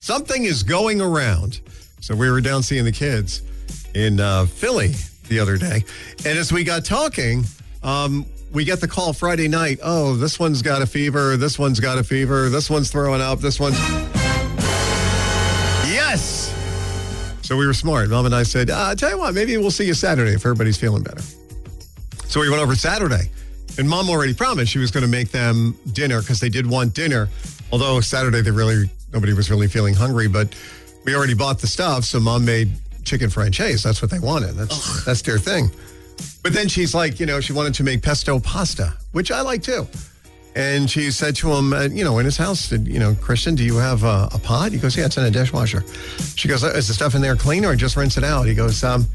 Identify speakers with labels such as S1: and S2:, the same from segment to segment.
S1: Something is going around. So we were down seeing the kids in uh, Philly the other day. And as we got talking, um, we get the call Friday night oh, this one's got a fever. This one's got a fever. This one's throwing up. This one's. Yes. So we were smart. Mom and I said, uh, I tell you what, maybe we'll see you Saturday if everybody's feeling better. So we went over Saturday, and mom already promised she was going to make them dinner because they did want dinner. Although Saturday they really nobody was really feeling hungry, but we already bought the stuff, so mom made chicken franchise. That's what they wanted. That's that's their thing. But then she's like, you know, she wanted to make pesto pasta, which I like too. And she said to him, uh, you know, in his house, did, you know, Christian, do you have a, a pot? He goes, yeah, it's in a dishwasher. She goes, "Uh, is the stuff in there clean or just rinse it out? He goes, um,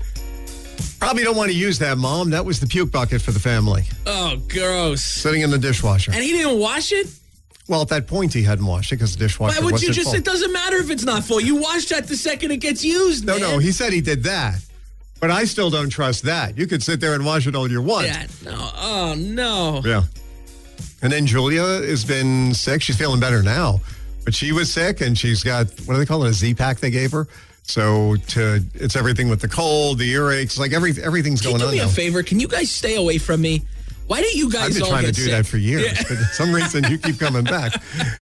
S1: probably don't want to use that, mom. That was the puke bucket for the family
S2: Oh, gross.
S1: sitting in the dishwasher.
S2: And he didn't wash it?
S1: Well, at that point, he hadn't washed it because the
S2: Why
S1: dishwasher
S2: would
S1: wasn't
S2: you just?
S1: full.
S2: It doesn't matter if it's not full. You wash that the second it gets used.
S1: No,
S2: man.
S1: no, he said he did that. But I still don't trust that. You could sit there and wash it all you want.
S2: Yeah, no. Oh no.
S1: Yeah. And then Julia has been sick. She's feeling better now, but she was sick and she's got what do they call it? A Z pack they gave her. So to it's everything with the cold, the earaches, like every everything's
S2: Can you
S1: going
S2: do
S1: on
S2: me
S1: now.
S2: a favor? Can you guys stay away from me? Why didn't you
S1: I've
S2: guys
S1: been
S2: all
S1: trying to
S2: get
S1: do
S2: sick?
S1: that for years,
S2: Yeah.
S1: but for some reason you keep coming back.